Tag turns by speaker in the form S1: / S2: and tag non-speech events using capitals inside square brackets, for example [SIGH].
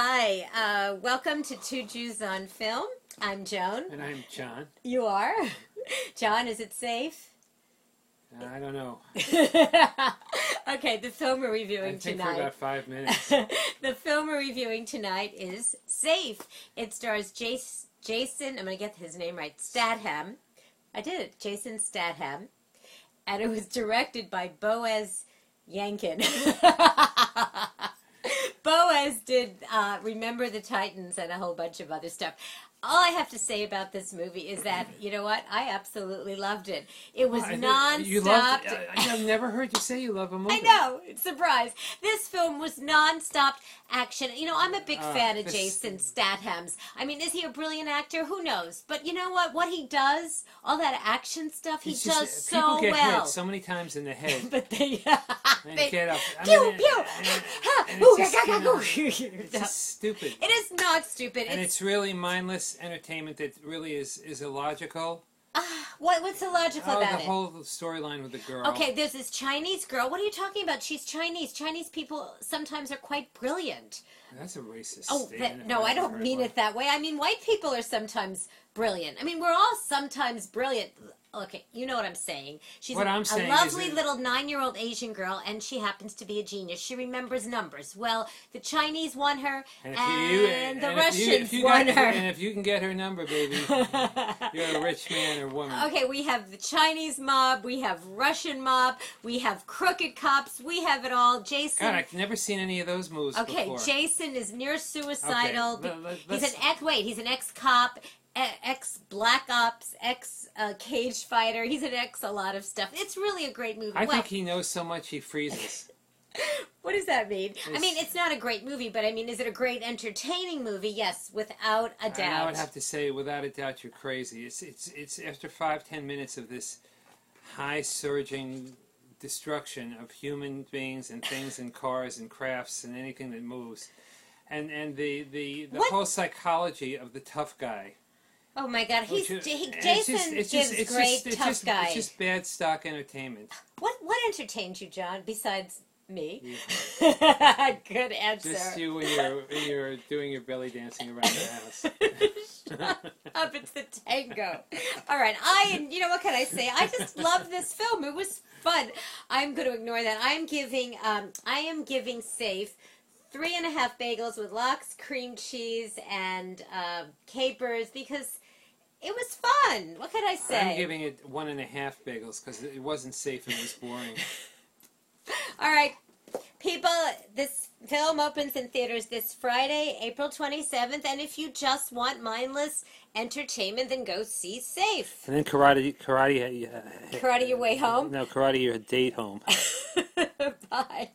S1: Hi, uh, welcome to Two Jews on Film. I'm Joan.
S2: And I'm John.
S1: You
S2: [LAUGHS]
S1: are? John, is it safe? [LAUGHS]
S2: I don't know.
S1: okay, the film we're
S2: I
S1: reviewing
S2: think for
S1: tonight.
S2: about five minutes.
S1: [LAUGHS] the film we're reviewing tonight is Safe. It stars Jace, Jason, I'm going to get his name right, Statham. I did it, Jason Statham. And it was directed by Boaz Yankin. [LAUGHS] Boaz did uh, Remember the Titans and a whole bunch of other stuff. All I have to say about this movie is that, you know what? I absolutely loved it. It was
S2: I
S1: non
S2: think You
S1: stop.
S2: loved, I, I've never heard you say you love a movie.
S1: I know. Surprise. This film was non-stop action. You know, I'm a big
S2: Ah,
S1: fan of
S2: this-
S1: Jason Statham's. I mean, is he a brilliant actor? Who knows? But you know what? What he does, all that action stuff, he
S2: It's
S1: does
S2: just,
S1: so
S2: uh, people get
S1: well. [LAUGHS]
S2: hit so many times in the head.
S1: but they, [LAUGHS]
S2: and
S1: they
S2: get up. I
S1: pew
S2: mean,
S1: pew.
S2: and- and
S1: Ha,
S2: it's
S1: ooh,
S2: just,
S1: ga, ga,
S2: you know,
S1: ga,
S2: It's
S1: go.
S2: just stupid.
S1: [LAUGHS] It is not stupid.
S2: and
S1: it's
S2: it's really mindless entertainment that really is, is illogical.
S1: ah, what, what's illogical
S2: oh, the
S1: about it?
S2: whole storyline with the girl.
S1: Okay, there's this Chinese girl. What are you talking about? She's Chinese. Chinese people sometimes are quite brilliant.
S2: That's a racist
S1: Oh,
S2: statement.
S1: that, no, I don't
S2: heard
S1: mean
S2: one.
S1: it that way. I mean, white people are sometimes brilliant. I mean, we're all sometimes brilliant. Okay, you know what I'm saying. She's
S2: What
S1: a,
S2: I'm saying
S1: a
S2: is
S1: lovely
S2: that-
S1: little nine year old Asian girl, and she happens to be a genius. She remembers numbers. Well, the Chinese won her, and,
S2: And, if you,
S1: the
S2: and if
S1: Russians
S2: you, if you
S1: won
S2: got-
S1: her.
S2: And if you can get her number,
S1: [LAUGHS]
S2: baby, you're a rich man or woman.
S1: Okay, we have the Chinese mob, we have Russian mob, we have crooked cops, we have it all. Jason.
S2: God, I've never seen any of those movies
S1: Okay,
S2: before.
S1: Jason is near suicidal.
S2: Okay, let- let-
S1: he's
S2: let's-
S1: an ex. Wait, he's an ex cop, ex black ops, ex uh, cage fighter. He's an ex a lot of stuff. It's really a great movie.
S2: I
S1: well,
S2: think he knows so much he freezes.
S1: what does that mean? I
S2: It's-
S1: mean, it's not a great movie, but I mean, is it a great entertaining movie? Yes, without a
S2: And I
S1: [LAUGHS]
S2: would
S1: doubt.
S2: have to say, without a doubt, you're crazy. It's it's it's after five ten minutes of this high surging destruction of human beings and things and cars and crafts and anything that moves, and and the the, the
S1: What-
S2: whole psychology of the tough guy.
S1: oh my God, he's
S2: which is-
S1: he,
S2: and
S1: Jason
S2: it's just- it's
S1: gives
S2: just- it's
S1: great
S2: just- it's
S1: tough
S2: just-
S1: guy.
S2: It's just bad stock entertainment.
S1: What what entertained you, John? Besides me,
S2: You-
S1: [LAUGHS] good answer.
S2: Just you when you're when you're doing your belly dancing around the house. [LAUGHS]
S1: [LAUGHS] up it's the [LAUGHS] tango all right i and you know what can i say i just love this film it was fun i'm going to ignore that i'm giving um i am giving safe three and a half bagels with lox cream cheese and uh, capers because it was fun what can i say
S2: I'm giving it one and a half bagels because it wasn't safe and it was boring.
S1: all right people this film opens in theaters this friday april 27th and if you just want mindless entertainment then go see safe [LAUGHS]
S2: And then karate, karate, uh,
S1: Karate your way home?
S2: No, karate your date home.
S1: Bye.